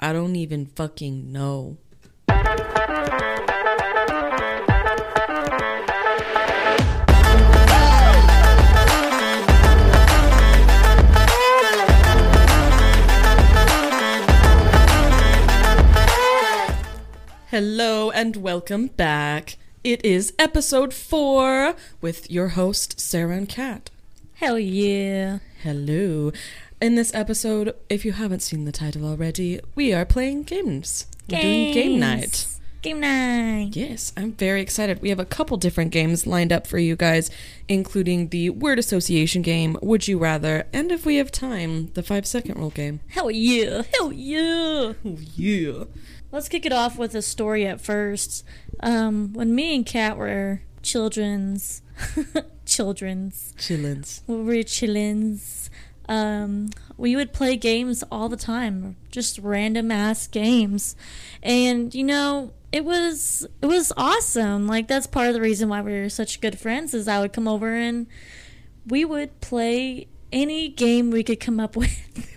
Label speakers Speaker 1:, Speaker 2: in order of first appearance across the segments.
Speaker 1: don't even fucking know. Hello and welcome back. It is episode four with your host, Sarah and Kat.
Speaker 2: Hell yeah.
Speaker 1: Hello. In this episode, if you haven't seen the title already, we are playing games. We're doing game night.
Speaker 2: Games. Game night.
Speaker 1: Yes, I'm very excited. We have a couple different games lined up for you guys, including the word association game, Would You Rather, and if we have time, the five second rule game.
Speaker 2: Hell yeah. Hell yeah.
Speaker 1: Oh, yeah.
Speaker 2: Let's kick it off with a story at first. Um, when me and Kat were children's, children's,
Speaker 1: Chillins.
Speaker 2: when we were chillins, um, we would play games all the time, just random ass games, and you know it was it was awesome. Like that's part of the reason why we were such good friends is I would come over and we would play any game we could come up with.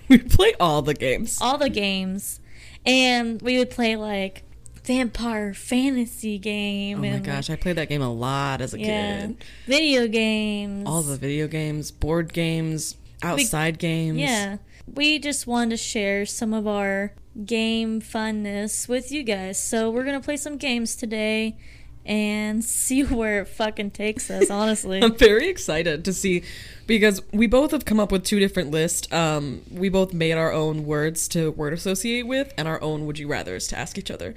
Speaker 1: We play all the games.
Speaker 2: all the games, and we would play like vampire fantasy game.
Speaker 1: Oh my
Speaker 2: and,
Speaker 1: gosh, I played that game a lot as a
Speaker 2: yeah,
Speaker 1: kid.
Speaker 2: video games.
Speaker 1: All the video games, board games, outside games.
Speaker 2: yeah. We just wanted to share some of our game funness with you guys, so we're gonna play some games today. And see where it fucking takes us, honestly.
Speaker 1: I'm very excited to see because we both have come up with two different lists. Um, we both made our own words to word associate with and our own would you rather's to ask each other.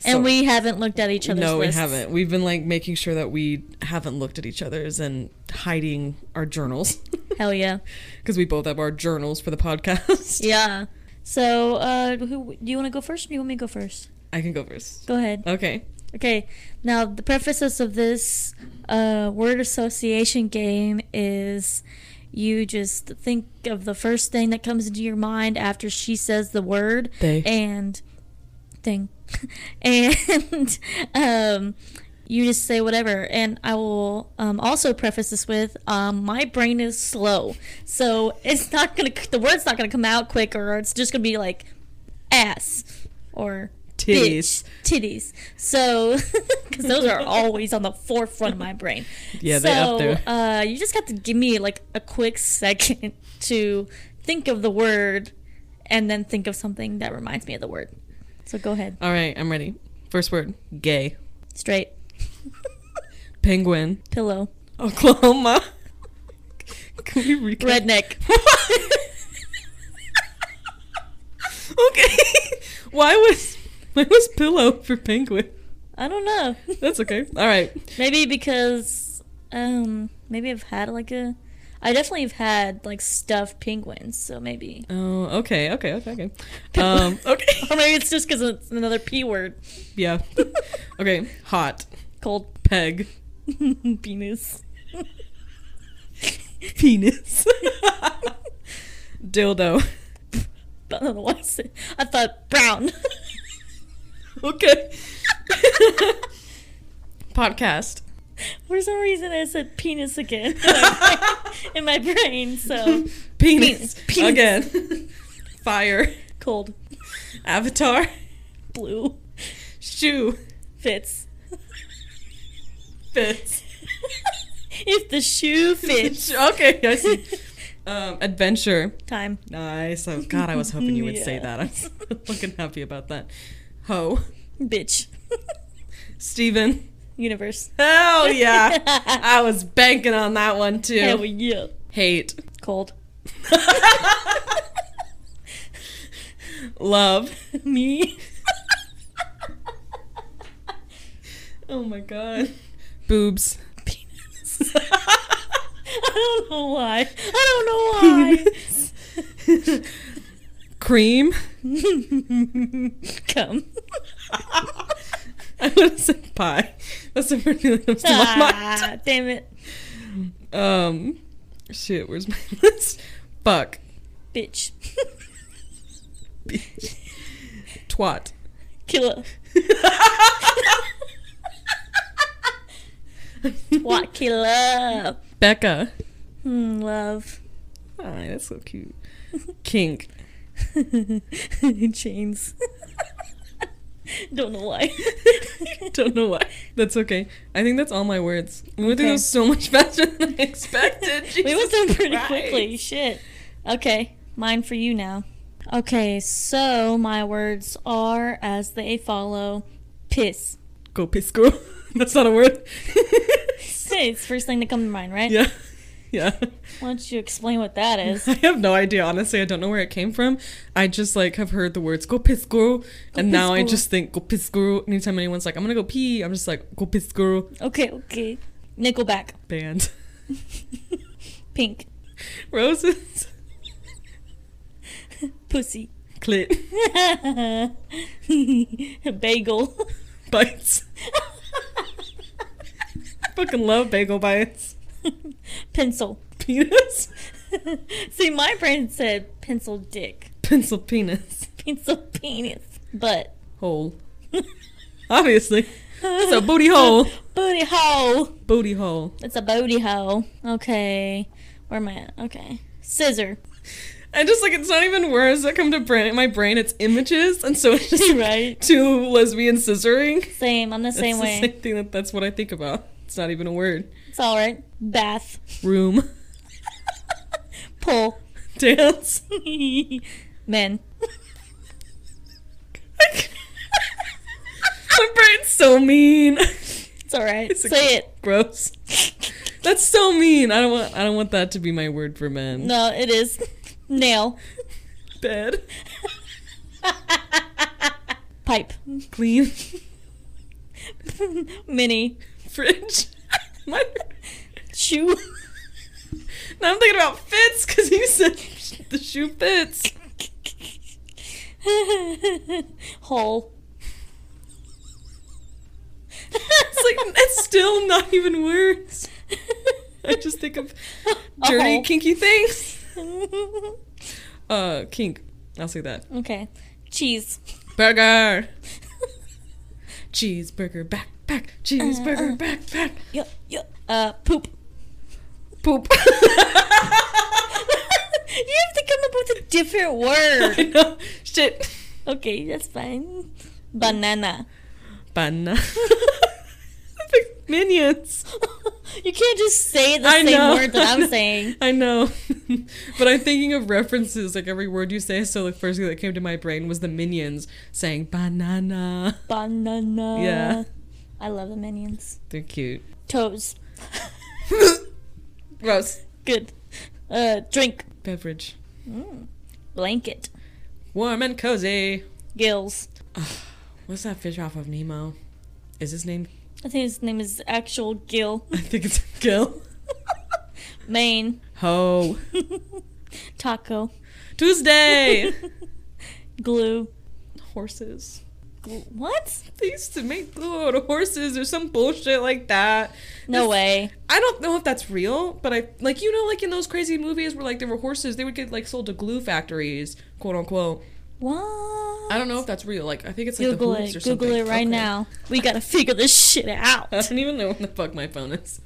Speaker 1: So-
Speaker 2: and we haven't looked at each other's
Speaker 1: no,
Speaker 2: lists.
Speaker 1: we haven't. We've been like making sure that we haven't looked at each other's and hiding our journals
Speaker 2: Hell yeah.
Speaker 1: because we both have our journals for the podcast.
Speaker 2: Yeah. So, uh, who, do you want to go first or do you want me to go first?
Speaker 1: I can go first.
Speaker 2: Go ahead.
Speaker 1: Okay.
Speaker 2: Okay, now the prefaces of this uh, word association game is you just think of the first thing that comes into your mind after she says the word
Speaker 1: They.
Speaker 2: and thing, and um, you just say whatever. And I will um, also preface this with um, my brain is slow, so it's not gonna the word's not gonna come out quick, or it's just gonna be like ass or
Speaker 1: Titties.
Speaker 2: bitch, titties. So, because those are always on the forefront of my brain.
Speaker 1: Yeah,
Speaker 2: so,
Speaker 1: they up there.
Speaker 2: Uh, you just have to give me like a quick second to think of the word, and then think of something that reminds me of the word. So go ahead,
Speaker 1: All right, I'm ready. First word gay.
Speaker 2: straight
Speaker 1: Penguin.
Speaker 2: pillow,
Speaker 1: Oklahoma. Can we recap?
Speaker 2: redneck.
Speaker 1: okay. Why was why was pillow for penguin?
Speaker 2: I don't know.
Speaker 1: That's okay. All right.
Speaker 2: Maybe because um, maybe I've had like a. I definitely have had like stuffed penguins, so maybe.
Speaker 1: Oh, okay, okay, okay, okay. Um, okay.
Speaker 2: Or maybe it's just because it's another P word.
Speaker 1: Yeah. Okay. Hot
Speaker 2: Cold
Speaker 1: peg
Speaker 2: penis.
Speaker 1: penis dildo.
Speaker 2: But I don't know why I said. I thought brown.
Speaker 1: Okay. Podcast.
Speaker 2: For some reason, I said penis again in my brain, in my brain so
Speaker 1: Penis.
Speaker 2: Um, Penis, penis.
Speaker 1: Again. Fire.
Speaker 2: cold,
Speaker 1: Avatar.
Speaker 2: blue,
Speaker 1: Shoe.
Speaker 2: fits.
Speaker 1: Fits.
Speaker 2: if the shoe fits.
Speaker 1: okay. I see. Um, adventure.
Speaker 2: Time.
Speaker 1: Nice. Oh God, I was hoping you would say
Speaker 2: Yeah.
Speaker 1: that. I'm so fucking happy about that. Ho,
Speaker 2: Bitch.
Speaker 1: Steven.
Speaker 2: Universe.
Speaker 1: Hell yeah, I was banking on that one too.
Speaker 2: Hell yeah.
Speaker 1: Hate,
Speaker 2: Cold.
Speaker 1: love.
Speaker 2: Me.
Speaker 1: Oh my God, boobs.
Speaker 2: Penis. I don't know why. I don't know why.
Speaker 1: Cream.
Speaker 2: Come.
Speaker 1: I would have said pie. That's the first thing that comes to my mind.
Speaker 2: Ah, damn it.
Speaker 1: Um, shit. Where's my list? Fuck,
Speaker 2: Bitch.
Speaker 1: twat,
Speaker 2: Killer. What killer?
Speaker 1: Becca.
Speaker 2: Hmm, love.
Speaker 1: Aw, that's so cute. Kink.
Speaker 2: Chains. Don't know why.
Speaker 1: Don't know why. That's okay. I think that's all my words. We went through
Speaker 2: Okay.
Speaker 1: those so much faster than I expected.
Speaker 2: we
Speaker 1: Jesus
Speaker 2: went through pretty
Speaker 1: Christ.
Speaker 2: quickly. Shit. Okay, mine for you now. Okay, so my words are as they follow: piss.
Speaker 1: Go pisco. That's not a word.
Speaker 2: Say it's the first thing that comes to mind, right?
Speaker 1: yeah. Yeah.
Speaker 2: Why don't you explain what that is?
Speaker 1: I have no idea. Honestly, I don't know where it came from. I just like have heard the words "go piss guru," and now I
Speaker 2: piss guru.
Speaker 1: just think "go piss guru." Anytime anyone's like, "I'm gonna go pee," I'm just like "go piss guru."
Speaker 2: Okay, okay. Nickelback,
Speaker 1: Band
Speaker 2: pink,
Speaker 1: roses,
Speaker 2: pussy,
Speaker 1: clit
Speaker 2: bagel.
Speaker 1: bites. Fucking love bagel bites.
Speaker 2: pencil.
Speaker 1: Penis,
Speaker 2: See, my brain said pencil dick,
Speaker 1: pencil penis,
Speaker 2: pencil penis, but
Speaker 1: hole. Obviously, it's a booty hole.
Speaker 2: booty hole.
Speaker 1: Booty hole.
Speaker 2: It's a booty hole. Okay, where am I at? Okay, scissor.
Speaker 1: I just like it's not even words that come to brain, my brain. It's images, and so it's just
Speaker 2: right.
Speaker 1: two lesbian scissoring.
Speaker 2: Same. I'm the same
Speaker 1: That's
Speaker 2: way.
Speaker 1: The same thing that, that's what I think about. It's not even a word.
Speaker 2: It's all right. Bath.
Speaker 1: Room,
Speaker 2: Pull.
Speaker 1: dance.
Speaker 2: Men.
Speaker 1: My brain's so mean.
Speaker 2: It's all right.
Speaker 1: It's a-
Speaker 2: Say it.
Speaker 1: Gross. That's so mean. I don't want. I don't want that to be my word for men.
Speaker 2: No, it is nail.
Speaker 1: Bed,
Speaker 2: Pipe.
Speaker 1: clean,
Speaker 2: Mini.
Speaker 1: fridge. My,
Speaker 2: Shoe.
Speaker 1: now I'm thinking about fits because you said the shoe fits.
Speaker 2: Hole.
Speaker 1: It's like it's still not even words. I just think of
Speaker 2: A
Speaker 1: dirty,
Speaker 2: hole.
Speaker 1: kinky things.
Speaker 2: Oh.
Speaker 1: Uh, kink. I'll say that.
Speaker 2: okay. Cheese.
Speaker 1: Burger. Cheeseburger back back. Cheeseburger
Speaker 2: Uh, uh.
Speaker 1: back back.
Speaker 2: Yup, yup. Uh, poop.
Speaker 1: Poop.
Speaker 2: You have to come up with a different
Speaker 1: I
Speaker 2: word.
Speaker 1: know. Shit.
Speaker 2: Okay, that's fine. Banana.
Speaker 1: Banana. Minions.
Speaker 2: you can't just say the
Speaker 1: I
Speaker 2: same
Speaker 1: know.
Speaker 2: word that I'm saying.
Speaker 1: I know. but I'm thinking of references, like every word you say. So the first thing that came to my brain was the minions saying banana.
Speaker 2: Banana.
Speaker 1: Yeah.
Speaker 2: I love the minions.
Speaker 1: They're cute.
Speaker 2: Toes.
Speaker 1: Gross.
Speaker 2: Good. Uh, drink.
Speaker 1: Beverage.
Speaker 2: Blanket.
Speaker 1: Warm and cozy.
Speaker 2: Gills.
Speaker 1: What's that fish off of Nemo? Is his name?
Speaker 2: I think his name is actual Gill.
Speaker 1: I think it's Gil.
Speaker 2: Maine.
Speaker 1: Ho.
Speaker 2: Taco.
Speaker 1: Tuesday.
Speaker 2: Glue.
Speaker 1: horses.
Speaker 2: Gl- What?
Speaker 1: They used to make glue out of horses or some bullshit like that.
Speaker 2: No
Speaker 1: This-
Speaker 2: way.
Speaker 1: I don't know if that's real, but I like you know like in those crazy movies where like there were horses, they would get like sold to glue factories, quote unquote.
Speaker 2: What?
Speaker 1: I don't know if that's real. Like I think it's like
Speaker 2: Google
Speaker 1: the hooves
Speaker 2: it.
Speaker 1: or
Speaker 2: Google
Speaker 1: something.
Speaker 2: it right
Speaker 1: Okay.
Speaker 2: now. We gotta figure this shit out.
Speaker 1: I don't even know what the fuck my phone is.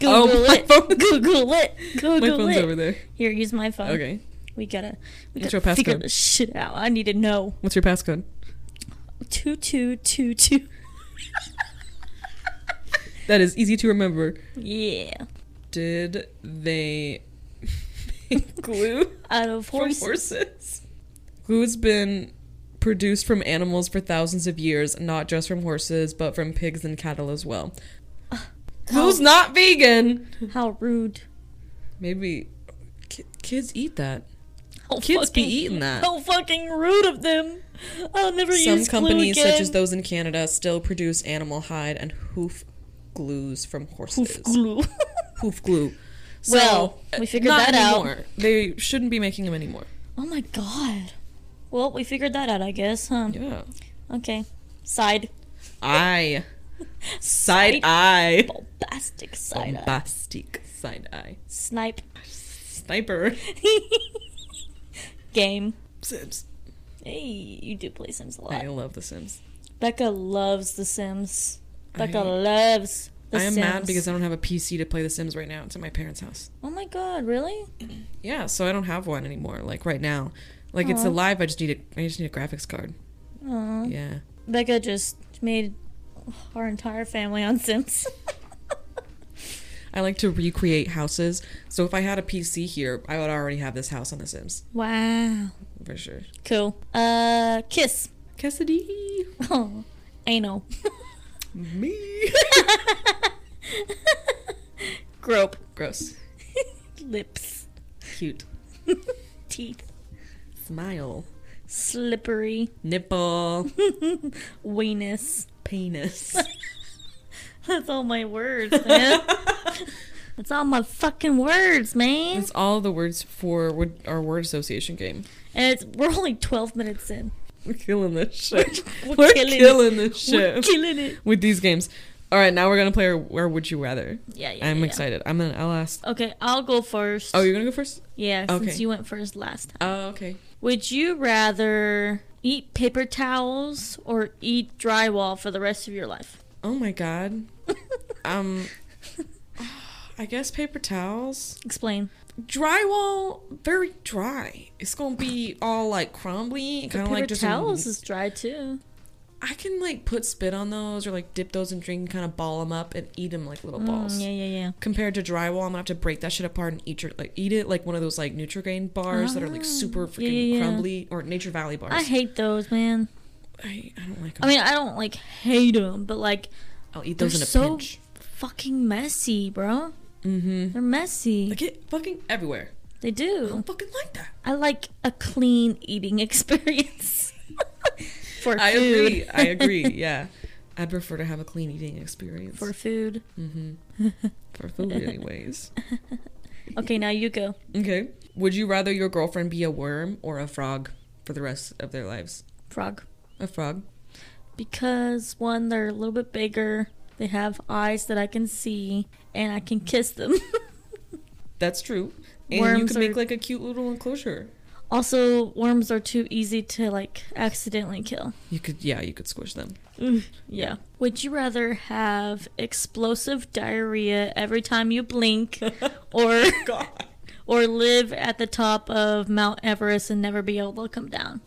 Speaker 2: Google
Speaker 1: oh, my
Speaker 2: it.
Speaker 1: phone.
Speaker 2: Google it. Google
Speaker 1: my phone's
Speaker 2: it.
Speaker 1: over there.
Speaker 2: Here, use my phone.
Speaker 1: Okay.
Speaker 2: We gotta, we
Speaker 1: What's
Speaker 2: gotta
Speaker 1: your
Speaker 2: figure
Speaker 1: passcode?
Speaker 2: this shit out. I need to know.
Speaker 1: What's your passcode?
Speaker 2: Two two two two.
Speaker 1: That is easy to remember.
Speaker 2: Yeah.
Speaker 1: Did they make glue
Speaker 2: Out of
Speaker 1: from
Speaker 2: horse.
Speaker 1: horses? Glue's been produced from animals for thousands of years, not just from horses, but from pigs and cattle as well. Glue's
Speaker 2: How,
Speaker 1: not vegan.
Speaker 2: how rude.
Speaker 1: Maybe ki- kids eat that.
Speaker 2: How
Speaker 1: Kids be
Speaker 2: fucking-
Speaker 1: eating that.
Speaker 2: How fucking rude of them. I'll never
Speaker 1: Some
Speaker 2: use
Speaker 1: companies,
Speaker 2: glue again.
Speaker 1: such as those in Canada, still produce animal hide and hoof glues from horses.
Speaker 2: Hoof glue.
Speaker 1: Hoof glue. So,
Speaker 2: Well, we figured
Speaker 1: not
Speaker 2: that out.
Speaker 1: anymore. They shouldn't be making them anymore.
Speaker 2: oh my god. Well, we figured that out, I guess, huh?
Speaker 1: Yeah.
Speaker 2: Okay. Side.
Speaker 1: Eye. Side
Speaker 2: Side-
Speaker 1: eye.
Speaker 2: Bombastic side. eye.
Speaker 1: Bombastic side eye.
Speaker 2: Snipe.
Speaker 1: Sniper.
Speaker 2: Game.
Speaker 1: Sims.
Speaker 2: Hey, you do play Sims a lot.
Speaker 1: I love The Sims.
Speaker 2: Becca loves The Sims. Becca
Speaker 1: I-
Speaker 2: loves The
Speaker 1: I am
Speaker 2: Sims.
Speaker 1: mad because I don't have a PC to play The Sims right now. It's at my parents' house.
Speaker 2: Oh my god, really?
Speaker 1: Yeah, so I don't have one anymore. Like right now, like it's
Speaker 2: Aw.
Speaker 1: alive. I just need a. I just need a graphics card.
Speaker 2: Aw.
Speaker 1: Yeah,
Speaker 2: Becca just made our entire family on Sims.
Speaker 1: I like to recreate houses. So if I had a PC here, I would already have this house on The Sims
Speaker 2: wow.
Speaker 1: for sure.
Speaker 2: Cool. Uh, kiss.
Speaker 1: Cassidy,
Speaker 2: Oh, anal.
Speaker 1: me,
Speaker 2: Grope.
Speaker 1: gross,
Speaker 2: Lips.
Speaker 1: cute,
Speaker 2: Teeth.
Speaker 1: smile,
Speaker 2: Slippery.
Speaker 1: nipple,
Speaker 2: Weenus.
Speaker 1: penis.
Speaker 2: That's all my words, man. That's all my fucking words, man.
Speaker 1: That's all the words for word- our word association game.
Speaker 2: And it's, we're only 12 minutes in.
Speaker 1: We're killing this shit.
Speaker 2: We're
Speaker 1: We're,
Speaker 2: killing
Speaker 1: killing,
Speaker 2: it.
Speaker 1: this
Speaker 2: We're
Speaker 1: shit
Speaker 2: killing it.
Speaker 1: with these games. All right, now we're gonna play our, our Would You Rather.
Speaker 2: Yeah, yeah.
Speaker 1: I'm
Speaker 2: yeah.
Speaker 1: excited. I'm gonna. I'll ask.
Speaker 2: Okay, I'll go first.
Speaker 1: Oh, you're gonna go first?
Speaker 2: yeah, since
Speaker 1: okay.
Speaker 2: you went first last time.
Speaker 1: Oh, okay.
Speaker 2: Would you rather eat paper towels or eat drywall for the rest of your life?
Speaker 1: Oh my god. Um, I guess paper towels.
Speaker 2: Explain.
Speaker 1: Drywall, very dry. It's gonna be all like crumbly, kind
Speaker 2: Paper
Speaker 1: of like just.
Speaker 2: towels is dry too.
Speaker 1: I can like put spit on those or like dip those in drink and kind of ball them up and eat them like little balls.
Speaker 2: Mm, yeah, yeah, yeah.
Speaker 1: compared to drywall, I'm gonna have to break that shit apart and eat your, like eat it like one of those like Nutrigrain bars that are
Speaker 2: Ah,
Speaker 1: like super
Speaker 2: yeah,
Speaker 1: freaking
Speaker 2: yeah, yeah.
Speaker 1: crumbly or Nature Valley bars.
Speaker 2: I hate those, man.
Speaker 1: I, I don't like
Speaker 2: I
Speaker 1: them.
Speaker 2: mean, I don't like hate them, but like
Speaker 1: I'll eat those
Speaker 2: they're
Speaker 1: in a
Speaker 2: so-
Speaker 1: pinch.
Speaker 2: fucking messy, bro.
Speaker 1: Mm-hmm.
Speaker 2: They're messy.
Speaker 1: Like it fucking everywhere.
Speaker 2: they
Speaker 1: I
Speaker 2: do.
Speaker 1: don't fucking like that.
Speaker 2: I like a clean eating experience. For
Speaker 1: I
Speaker 2: food.
Speaker 1: agree. I agree. Yeah, I'd prefer to have a clean eating experience
Speaker 2: For food.
Speaker 1: mm-hmm. for food, anyways.
Speaker 2: Okay, now you go.
Speaker 1: Okay. Would you rather your girlfriend be a worm or a frog for the rest of their lives?
Speaker 2: Frog.
Speaker 1: A frog.
Speaker 2: Because one, they're a little bit bigger. They have eyes that I can see, and I can kiss them.
Speaker 1: That's true. And you
Speaker 2: Worms
Speaker 1: could
Speaker 2: are-
Speaker 1: make like a cute little enclosure.
Speaker 2: also, worms are too easy to like accidentally kill.
Speaker 1: You could, yeah, you could squish them.
Speaker 2: Ugh, yeah. Would you rather have explosive diarrhea every time you blink, or
Speaker 1: Oh God.
Speaker 2: or live at the top of Mount Everest and never be able to come down?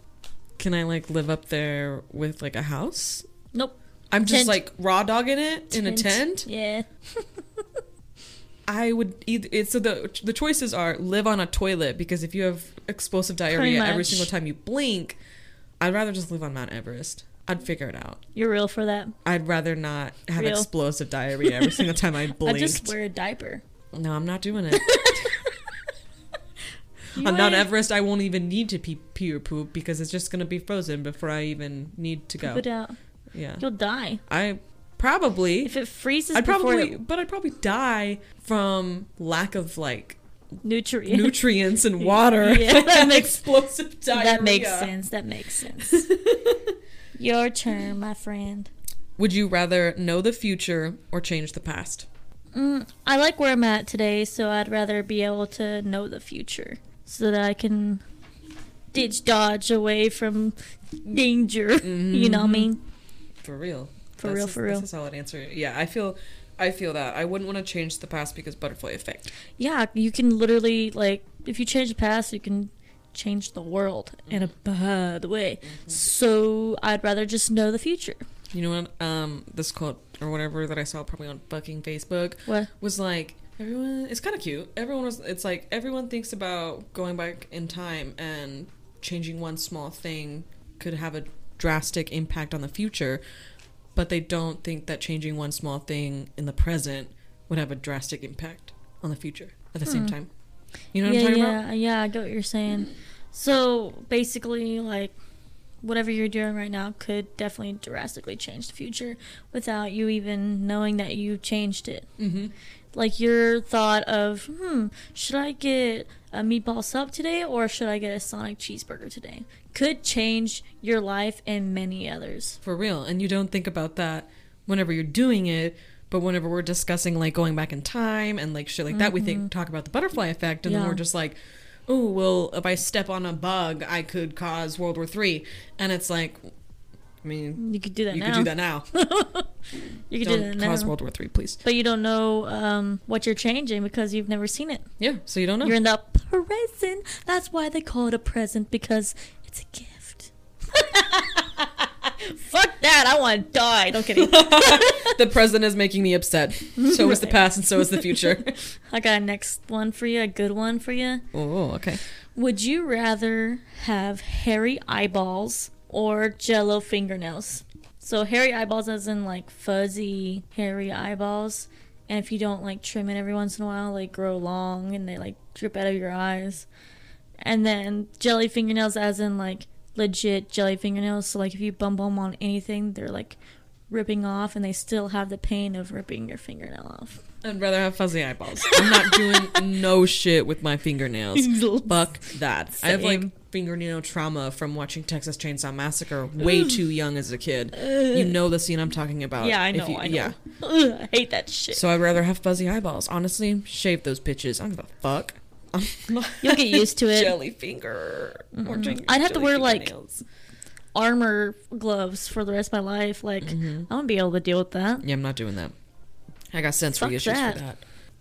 Speaker 1: Can I like live up there with like a house?
Speaker 2: Nope.
Speaker 1: I'm just
Speaker 2: Tent.
Speaker 1: like raw dogging it in a tent.
Speaker 2: Yeah.
Speaker 1: I would either. It's, so the the choices are live on a toilet because if you have explosive diarrhea every
Speaker 2: much.
Speaker 1: single time you blink, I'd rather just live on Mount Everest. I'd figure it out.
Speaker 2: You're real for that.
Speaker 1: I'd rather not have
Speaker 2: Real.
Speaker 1: explosive diarrhea every single time I
Speaker 2: I
Speaker 1: blinked.
Speaker 2: just wear a diaper.
Speaker 1: No, I'm not doing it.
Speaker 2: You
Speaker 1: on Mount
Speaker 2: ain't-
Speaker 1: Everest, I won't even need to pee, pee or poop because it's just gonna be frozen before I even need to go.
Speaker 2: Put out.
Speaker 1: Yeah,
Speaker 2: You'll die.
Speaker 1: I probably
Speaker 2: If it freezes
Speaker 1: I'd
Speaker 2: before
Speaker 1: probably, but I'd probably die from lack of like
Speaker 2: the nutrients.
Speaker 1: nutrients and water.
Speaker 2: Yeah, that makes
Speaker 1: explosive diarrhea.
Speaker 2: that makes sense. That makes sense. Your turn, my friend.
Speaker 1: Would you rather know the future or change the past?
Speaker 2: Mm, I like where I'm at today, so I'd rather be able to know the future so that I can ditch dodge away from danger. You know what I mean?
Speaker 1: For real.
Speaker 2: For
Speaker 1: Mm-hmm. That's
Speaker 2: real,
Speaker 1: a-
Speaker 2: for real.
Speaker 1: That's a solid answer. Yeah, I feel, I feel that. I wouldn't want to change the past because butterfly effect.
Speaker 2: Yeah, you can literally like if you change the past, you can change the world in a bad way.
Speaker 1: Mm-hmm.
Speaker 2: So I'd rather just know the future.
Speaker 1: You know what? Um, this quote or whatever that I saw probably on fucking Facebook
Speaker 2: What?
Speaker 1: was like everyone. It's kind of cute. Everyone was. It's like everyone thinks about going back in time and changing one small thing could have a drastic impact on the future, but they don't think that changing one small thing in the present would have a drastic impact on the future at the same time. You know what
Speaker 2: yeah,
Speaker 1: I'm talking
Speaker 2: yeah,
Speaker 1: about?
Speaker 2: yeah. I get what you're saying. So basically, like whatever you're doing right now could definitely drastically change the future without you even knowing that you changed it.
Speaker 1: Mm-hmm.
Speaker 2: Like your thought of, hmm, should I get a meatball sub today or should I get a Sonic cheeseburger today? Could change your life and many others.
Speaker 1: For real. And you don't think about that whenever you're doing it, but whenever we're discussing like going back in time and like shit like that, we think talk about the butterfly effect and
Speaker 2: Mm-hmm. Yeah.
Speaker 1: then we're just like, Oh, well, if I step on a bug I could cause World War Three and it's like I mean
Speaker 2: You could do that
Speaker 1: you
Speaker 2: now.
Speaker 1: could do that now.
Speaker 2: You could do
Speaker 1: don't
Speaker 2: that
Speaker 1: cause
Speaker 2: now.
Speaker 1: World War Three, please.
Speaker 2: But you don't know um, what you're changing because you've never seen it.
Speaker 1: Yeah, so you don't know.
Speaker 2: You're in the present. That's why they call it a present because it's a gift. Fuck that. I want to die. Don't kidding.
Speaker 1: the present is making me upset. So is the past, and so is the future.
Speaker 2: I got a next one for you, a good one for you.
Speaker 1: oh, okay.
Speaker 2: Would you rather have hairy eyeballs or jello fingernails? So hairy eyeballs as in like fuzzy hairy eyeballs. And if you don't like trim it every once in a while, they grow long and they like drip out of your eyes. And then jelly fingernails as in like legit jelly fingernails. So like if you bump them on anything, they're like ripping off and they still have the pain of ripping your fingernail off.
Speaker 1: I'd rather have fuzzy eyeballs. I'm not doing no shit with my fingernails. Fuck that. I have like
Speaker 2: Same.
Speaker 1: fingernail trauma from watching Texas Chainsaw Massacre way too young as a kid. You know the scene I'm talking about.
Speaker 2: Yeah, I
Speaker 1: If
Speaker 2: know.
Speaker 1: you-
Speaker 2: I know. Ugh, I hate that shit.
Speaker 1: So I'd rather have fuzzy eyeballs. Honestly, shave those bitches. I don't give a fuck. I'm not-
Speaker 2: You'll get used to it.
Speaker 1: Jelly finger. Or jing-
Speaker 2: I'd have to
Speaker 1: jelly
Speaker 2: wear, like-
Speaker 1: fingernails.
Speaker 2: armor gloves for the rest of my life. Like,
Speaker 1: Mm-hmm.
Speaker 2: I wouldn't be able to deal with that.
Speaker 1: Yeah, I'm not doing that. I got sensory
Speaker 2: Fuck
Speaker 1: issues
Speaker 2: that.
Speaker 1: for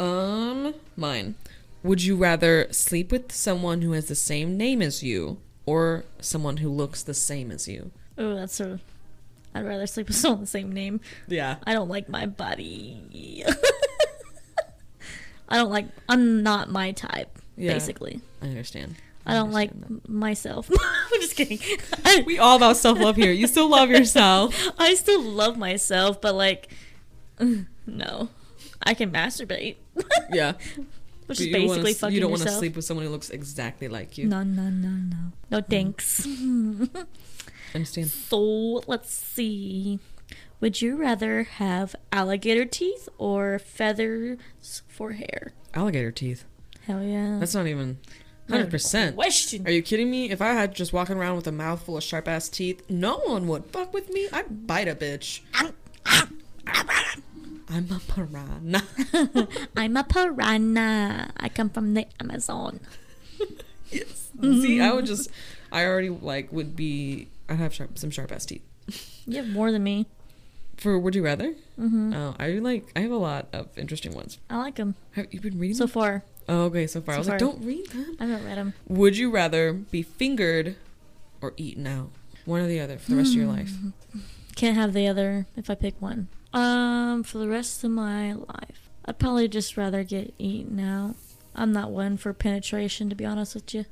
Speaker 1: that. Um, mine. Would you rather sleep with someone who has the same name as you or someone who looks the same as you?
Speaker 2: Oh, that's a. I'd rather sleep with someone with the same name.
Speaker 1: Yeah.
Speaker 2: I don't like my body. I don't like. I'm not my type.
Speaker 1: Yeah.
Speaker 2: Basically,
Speaker 1: I understand.
Speaker 2: I, don't like
Speaker 1: understand
Speaker 2: m myself. I'm just kidding. I,
Speaker 1: that. We all about self love here. You still love yourself.
Speaker 2: I still love myself, but like, no, I can masturbate,
Speaker 1: Yeah.
Speaker 2: which
Speaker 1: But
Speaker 2: is
Speaker 1: you don't wanna-
Speaker 2: basically fucking
Speaker 1: You don't want to
Speaker 2: yourself.
Speaker 1: sleep with someone who looks exactly like you. Mm.
Speaker 2: No, no, no, no, no. Thanks.
Speaker 1: Understand?
Speaker 2: So let's see. Would you rather have alligator teeth or feathers for hair?
Speaker 1: Alligator teeth.
Speaker 2: Hell yeah.
Speaker 1: That's not even
Speaker 2: Not even
Speaker 1: 100%.
Speaker 2: question.
Speaker 1: Are you kidding me? If I had just walking around with a mouthful of sharp ass teeth, no one would fuck with me. I'd bite a bitch. I'm a piranha.
Speaker 2: I'm a piranha. I come from the Amazon.
Speaker 1: yes. See, I would just, I already like would be. I have sharp, some sharp ass teeth.
Speaker 2: You have more than me.
Speaker 1: For would you rather? Mm-hmm. Oh, I like. I have a lot of interesting ones.
Speaker 2: I like them
Speaker 1: Have you been reading?
Speaker 2: so
Speaker 1: them?
Speaker 2: far.
Speaker 1: oh, okay. So far, I
Speaker 2: so
Speaker 1: was like,
Speaker 2: far.
Speaker 1: don't read them.
Speaker 2: I haven't read them.
Speaker 1: Would you rather be fingered or eaten out? One or the other for the rest of your life.
Speaker 2: Mm. Can't have the other if I pick one. Um, for the rest of my life, I'd probably just rather get eaten out. I'm not one for penetration, to be honest with you.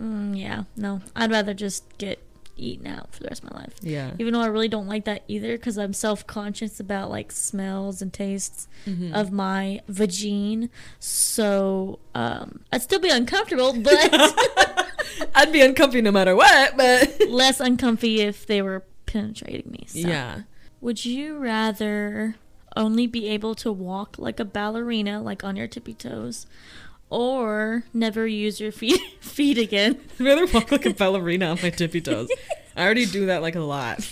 Speaker 2: Mm, yeah, no, I'd rather just get eaten out for the rest of my life.
Speaker 1: Yeah.
Speaker 2: Even though I really don't like that either, because I'm self-conscious about like smells and tastes
Speaker 1: Mm-hmm.
Speaker 2: of my vagine. So um, I'd still be uncomfortable, but
Speaker 1: I'd be uncomfy no matter what, but
Speaker 2: less uncomfy if they were penetrating me. So.
Speaker 1: yeah.
Speaker 2: Would you rather only be able to walk like a ballerina, like on your tippy toes, or never use your feet feet again?
Speaker 1: I'd rather walk like a ballerina on my tippy toes. I already do that like a lot.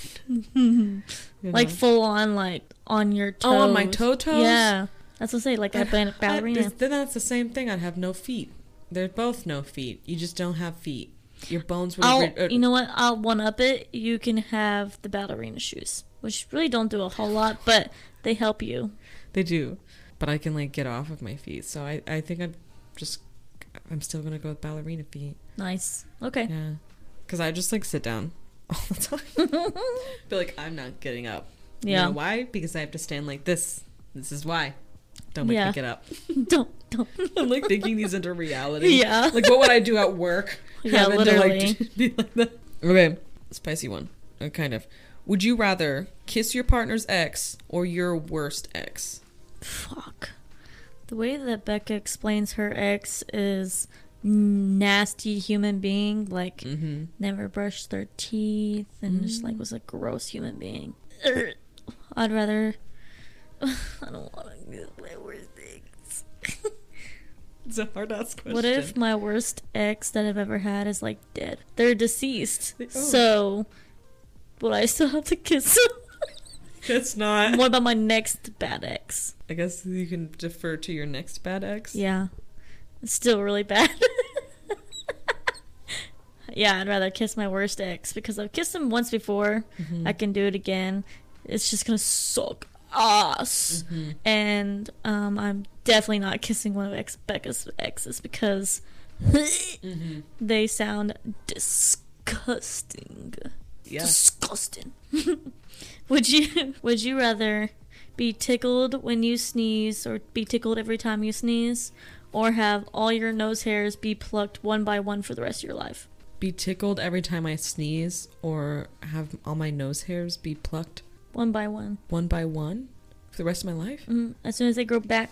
Speaker 1: You
Speaker 2: Like
Speaker 1: know?
Speaker 2: full on, like on your toes.
Speaker 1: Oh, on my toe toes?
Speaker 2: Yeah, that's what I say, like a ba-
Speaker 1: I-
Speaker 2: ballerina.
Speaker 1: then that's the same thing. I'd have no feet. They're both no feet. You just don't have feet. Your bones would.
Speaker 2: I'll,
Speaker 1: uh,
Speaker 2: Oh, you know what? I'll one up it. You can have the ballerina shoes, which really don't do a whole lot, but they help you.
Speaker 1: they do, but I can like get off of my feet. So I, I think I'm just, I'm still gonna go with ballerina feet.
Speaker 2: Nice. Okay.
Speaker 1: Yeah, because I just like sit down all the time. Be like, I'm not getting up.
Speaker 2: Yeah.
Speaker 1: You know why? Because I have to stand like this. This is why. Don't make
Speaker 2: Yeah.
Speaker 1: me get up.
Speaker 2: don't don't.
Speaker 1: I'm like thinking these into reality.
Speaker 2: Yeah.
Speaker 1: Like what would I do at work?
Speaker 2: Yeah,
Speaker 1: Having to,
Speaker 2: literally.
Speaker 1: like, be like that. Okay, spicy one. Uh, kind of. Would you rather kiss your partner's ex or your worst ex?
Speaker 2: Fuck. The way that Becca explains her ex is nasty human being, like
Speaker 1: Mm. Mm-hmm.
Speaker 2: never brushed their teeth and just like was a gross human being. Ugh. I'd rather. I don't want to do my worst ex.
Speaker 1: It's a hard ass question.
Speaker 2: What if my worst ex that I've ever had is like dead? They're deceased.
Speaker 1: Oh.
Speaker 2: So, would I still have to kiss them?
Speaker 1: That's not.
Speaker 2: what about my next bad ex?
Speaker 1: I guess you can defer to your next bad ex.
Speaker 2: Yeah. It's still really bad. yeah, I'd rather kiss my worst ex because I've kissed him once before. I can do it again. It's just going to suck ass. And um, I'm definitely not kissing one of ex- Becca's exes because they sound disgusting.
Speaker 1: Yeah.
Speaker 2: Disgusting. Would you would you rather be tickled when you sneeze or be tickled every time you sneeze or have all your nose hairs be plucked one by one for the rest of your life?
Speaker 1: Be tickled every time I sneeze or have all my nose hairs be plucked
Speaker 2: One by one.
Speaker 1: one by one for the rest of my life?
Speaker 2: Mm, as soon as they grow back.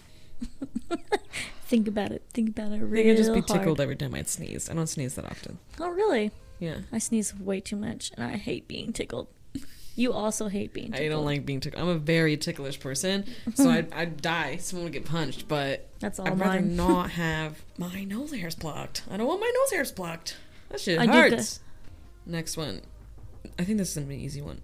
Speaker 2: think about it. Think about it
Speaker 1: I
Speaker 2: real
Speaker 1: think I'd just be
Speaker 2: hard.
Speaker 1: tickled every time I'd sneeze. I don't sneeze that often.
Speaker 2: Oh really?
Speaker 1: Yeah.
Speaker 2: I sneeze way too much and I hate being tickled. You also hate being
Speaker 1: I
Speaker 2: tickled.
Speaker 1: don't like being tickled. I'm a very ticklish person, so I'd, I'd die. Someone would get punched, but
Speaker 2: That's all
Speaker 1: I'd rather
Speaker 2: mine.
Speaker 1: not have my nose hairs plucked. I don't want my nose hairs plucked. That shit
Speaker 2: I get
Speaker 1: hurts. Next one. I think this is gonna be an easy one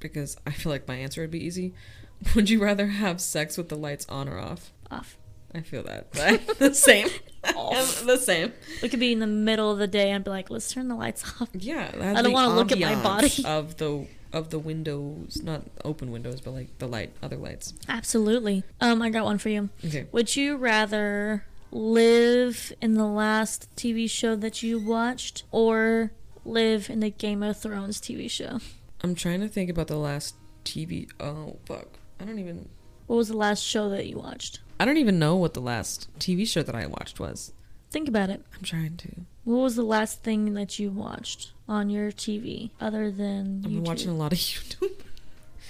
Speaker 1: because I feel like my answer would be easy. Would you rather have sex with the lights on or off?
Speaker 2: Off.
Speaker 1: I feel that. But the same.
Speaker 2: Off.
Speaker 1: the same.
Speaker 2: We could be in the middle of the day and be like, let's turn the lights off.
Speaker 1: Yeah.
Speaker 2: I don't wanna look at my body.
Speaker 1: Of the of the windows, not open windows, but like the light, other lights.
Speaker 2: Absolutely. Um, I got one for you.
Speaker 1: Okay.
Speaker 2: Would you rather live in the last TV show that you watched or live in the Game of Thrones TV show?
Speaker 1: I'm trying to think about the last TV. Oh fuck! I don't even.
Speaker 2: What was the last show that you watched?
Speaker 1: I don't even know what the last TV show that I watched was.
Speaker 2: Think about it.
Speaker 1: I'm trying to.
Speaker 2: What was the last thing that you watched on your TV other
Speaker 1: I've
Speaker 2: than
Speaker 1: been
Speaker 2: YouTube?
Speaker 1: watching a lot of YouTube.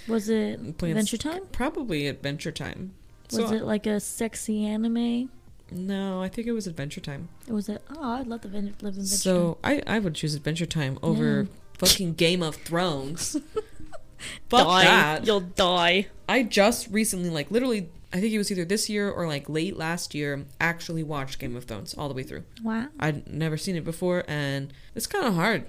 Speaker 2: was it
Speaker 1: Plants-
Speaker 2: Adventure Time?
Speaker 1: Probably Adventure Time.
Speaker 2: Was it like a sexy anime?
Speaker 1: No, I think it was Adventure Time.
Speaker 2: Or was it? Oh, I'd love to vin- live in Adventure
Speaker 1: so I, I would choose Adventure Time over fucking Game of Thrones. Fuck that.
Speaker 2: You'll die.
Speaker 1: I just recently, like literally, I think it was either this year or like late last year, actually watched Game of Thrones all the way through.
Speaker 2: Wow.
Speaker 1: I'd never seen it before, and it's kind of hard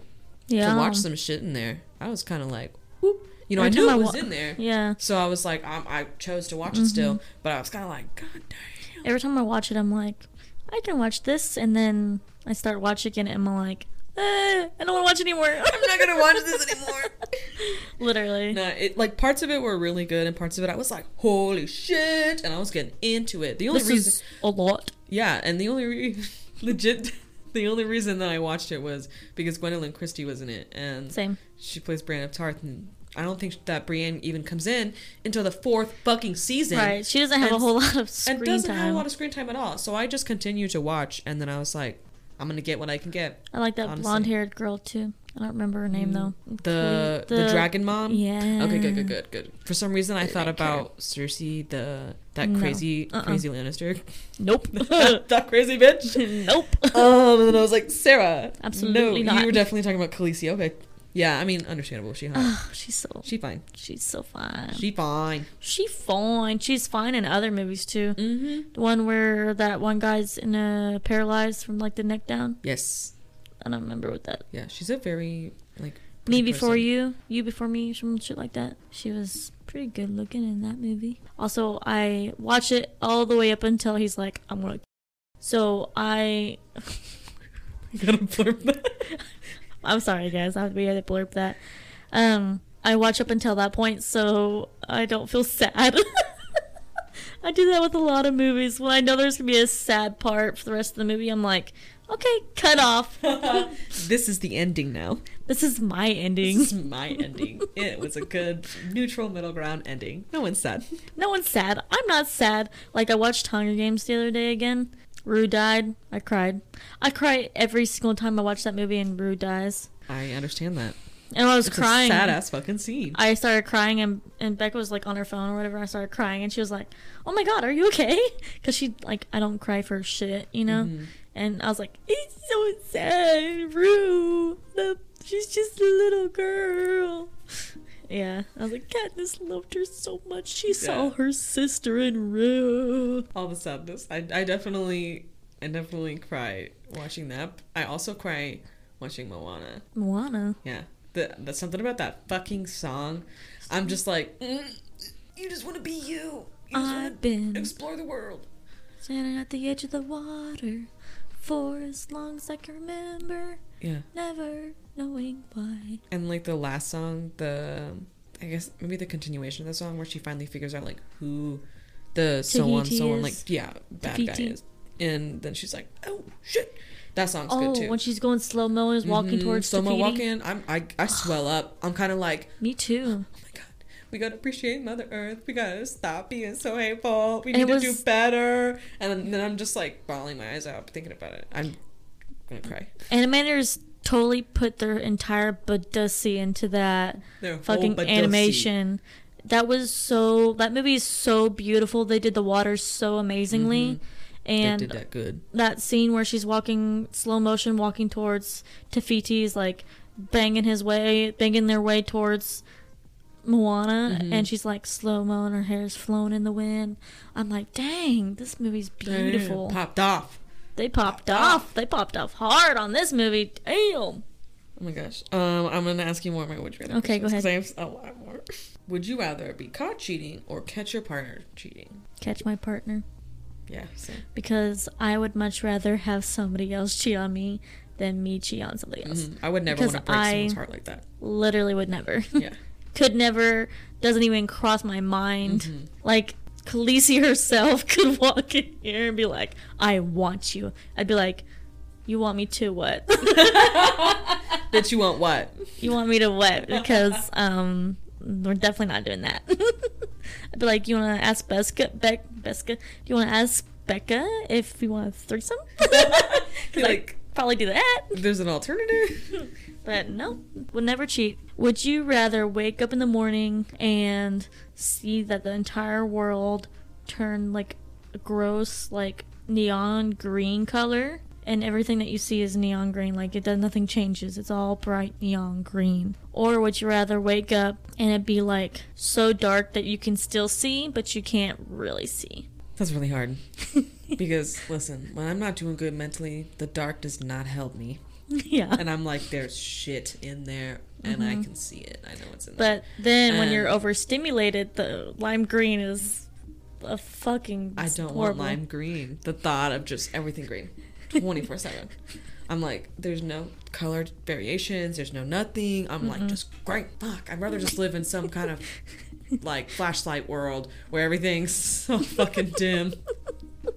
Speaker 2: Yeah.
Speaker 1: to watch some shit in there. I was kind of like, whoop. You know, I
Speaker 2: Every
Speaker 1: knew
Speaker 2: time
Speaker 1: it
Speaker 2: I
Speaker 1: was
Speaker 2: wa-
Speaker 1: in there.
Speaker 2: Yeah.
Speaker 1: So I was like, um, I chose to
Speaker 2: Mm-hmm.
Speaker 1: watch it still, but I was kind of like, God damn.
Speaker 2: Every time I watch it, I'm like, I can watch this, and then I start watching it, and I'm like, eh, I don't want to watch anymore. I'm
Speaker 1: not gonna watch this anymore.
Speaker 2: Literally.
Speaker 1: No, it like parts of it were really good, and parts of it I was like, holy shit, and I was getting into it. The only
Speaker 2: This
Speaker 1: reason,
Speaker 2: is a lot.
Speaker 1: yeah, and the only re- legit, the only reason that I watched it was because Gwendolyn Christie was in it, and
Speaker 2: Same.
Speaker 1: she plays Brienne of Tarth, and I don't think that Brienne even comes in until the fourth fucking season.
Speaker 2: Right. She doesn't have
Speaker 1: And-
Speaker 2: a whole lot of
Speaker 1: and
Speaker 2: screen
Speaker 1: doesn't have
Speaker 2: time.
Speaker 1: a lot of screen time at all. So I just continued to watch, and then I was like, I'm gonna get what I can get.
Speaker 2: I like that
Speaker 1: honestly. Mm.
Speaker 2: blonde-haired girl too. I don't remember her name though.
Speaker 1: The the,
Speaker 2: The-
Speaker 1: dragon mom.
Speaker 2: Yeah.
Speaker 1: Okay, good, good, good, good. Um, For some reason, I thought
Speaker 2: I care.
Speaker 1: about Cersei, the that
Speaker 2: No.
Speaker 1: crazy,
Speaker 2: Uh-uh.
Speaker 1: crazy Lannister,
Speaker 2: Nope.
Speaker 1: that crazy bitch.
Speaker 2: nope.
Speaker 1: Um, and then I was like, Sarah,
Speaker 2: Absolutely
Speaker 1: no,
Speaker 2: not.
Speaker 1: You were definitely talking about Khaleesi. Okay, yeah, I mean, understandable. She hot.
Speaker 2: Oh, she's so
Speaker 1: she fine.
Speaker 2: she's so fine.
Speaker 1: She fine.
Speaker 2: She fine. She's fine in other movies too.
Speaker 1: Mm-hmm.
Speaker 2: The one where that one guy's in a paralyzed from like the neck down.
Speaker 1: Yes.
Speaker 2: I don't remember what that
Speaker 1: Yeah, she's a very like
Speaker 2: me
Speaker 1: pretty
Speaker 2: before
Speaker 1: person.
Speaker 2: you, you before me, some shit like that. She was pretty good looking in that movie. Also, I watch it all the way up until he's like, "I'm gonna." So I,
Speaker 1: You gotta blurb that.
Speaker 2: I'm sorry, guys. I we had to blurb that. Um, I watch up until that point, so I don't feel sad. I do that with a lot of movies. When I know there's gonna be a sad part for the rest of the movie, I'm like, "Okay, cut off.
Speaker 1: this is the ending now.
Speaker 2: this is my ending."
Speaker 1: This is my ending. It was a good neutral middle ground ending. No one's sad.
Speaker 2: No one's sad. I'm not sad. Like I watched Hunger Games the other day again. Rue died. I cried. I cry every single time I watch that movie and Rue dies.
Speaker 1: I understand that.
Speaker 2: And I was
Speaker 1: It's
Speaker 2: crying.
Speaker 1: a sad ass fucking scene.
Speaker 2: I started crying and and Becca was like on her phone or whatever. I started crying and she was like, "Oh my god, are you okay?" Because she like I don't cry for shit, you know. And I was like, "It's so sad, Rue. The, she's just a little girl." Yeah, I was like, Katniss loved her so much. She saw
Speaker 1: Yeah.
Speaker 2: her sister in Rue.
Speaker 1: All the sadness. I, I definitely I definitely cry watching that. I also cry watching Moana.
Speaker 2: Moana.
Speaker 1: Yeah. The, the something about that fucking song. I'm just like mm, you just want to be you. You just want
Speaker 2: I've been
Speaker 1: explore the world.
Speaker 2: standing at the edge of the water for as long as I can remember,
Speaker 1: Yeah.
Speaker 2: never knowing why.
Speaker 1: And like the last song, the I guess maybe the continuation of the song where she finally figures out like who the so on
Speaker 2: Tahiti
Speaker 1: so on
Speaker 2: E is.
Speaker 1: like yeah bad guy
Speaker 2: Tahiti.
Speaker 1: is, and then she's like oh shit, that song's
Speaker 2: oh,
Speaker 1: good too. Mm-hmm.
Speaker 2: when she's going slow
Speaker 1: Mm,
Speaker 2: mo and is walking towards
Speaker 1: so
Speaker 2: Tahiti.
Speaker 1: walking, I'm I I swell up. I'm kind of like
Speaker 2: Me too.
Speaker 1: oh my god, We gotta appreciate Mother Earth. We gotta stop being so hateful. We
Speaker 2: It
Speaker 1: need
Speaker 2: was-
Speaker 1: to do better. And then, then I'm just like bawling my eyes out thinking about it. I'm gonna cry.
Speaker 2: Animators totally put their entire budussi into that
Speaker 1: Their whole
Speaker 2: fucking
Speaker 1: Badussi.
Speaker 2: animation. That was so. That movie is so beautiful. They did the water so amazingly,
Speaker 1: Mm-hmm. They
Speaker 2: and
Speaker 1: did that good.
Speaker 2: that scene where she's walking slow motion walking towards Tafiti's like banging his way banging their way towards Moana and she's like slow mo and her hair's flowing in the wind. I'm like, dang, this movie's beautiful.
Speaker 1: Damn, Popped off.
Speaker 2: they popped off. They popped off hard on this movie. Damn.
Speaker 1: Oh my gosh. Um, I'm gonna ask you more of my would you rather.
Speaker 2: Okay, go
Speaker 1: questions, 'cause I have a lot more. Would you rather be caught cheating or catch your partner cheating?
Speaker 2: Catch my partner.
Speaker 1: Yeah. Same.
Speaker 2: Because I would much rather have somebody else cheat on me than me cheat on somebody else.
Speaker 1: Mhm. I would never
Speaker 2: Because
Speaker 1: want to break
Speaker 2: I-
Speaker 1: someone's heart like that.
Speaker 2: Literally would never.
Speaker 1: Yeah.
Speaker 2: could never doesn't even cross my mind
Speaker 1: Mm-hmm.
Speaker 2: like Khaleesi herself could walk in here and be like I want you I'd be like you want me to what
Speaker 1: that you want what?
Speaker 2: you want me to what because um we're definitely not doing that I'd be like you want to ask Beska Beck Beska do you want to ask Becca if you want a threesome
Speaker 1: Be
Speaker 2: because
Speaker 1: like-
Speaker 2: like probably do that
Speaker 1: There's an alternative.
Speaker 2: But no, would never cheat. Would you rather wake up in the morning and see that the entire world turn like a gross, like neon green color, and everything that you see is neon green, like it does nothing changes, it's all bright neon green? Or would you rather wake up and it be like so dark that you can still see, but you can't really see?
Speaker 1: That's really hard. Because listen, when I'm not doing good mentally, the dark does not help me.
Speaker 2: yeah.
Speaker 1: And I'm like, there's shit in there and I can see it. I know it's in there.
Speaker 2: Mm-hmm. But then when
Speaker 1: And-
Speaker 2: you're overstimulated, the lime green is a fucking.
Speaker 1: I don't
Speaker 2: horrible.
Speaker 1: want lime green. The thought of just everything green. Twenty four seven. I'm like, there's no color variations, there's no nothing. I'm like,
Speaker 2: Mm-hmm.
Speaker 1: just great. Fuck. I'd rather just live in some kind of like flashlight world where everything's so fucking dim.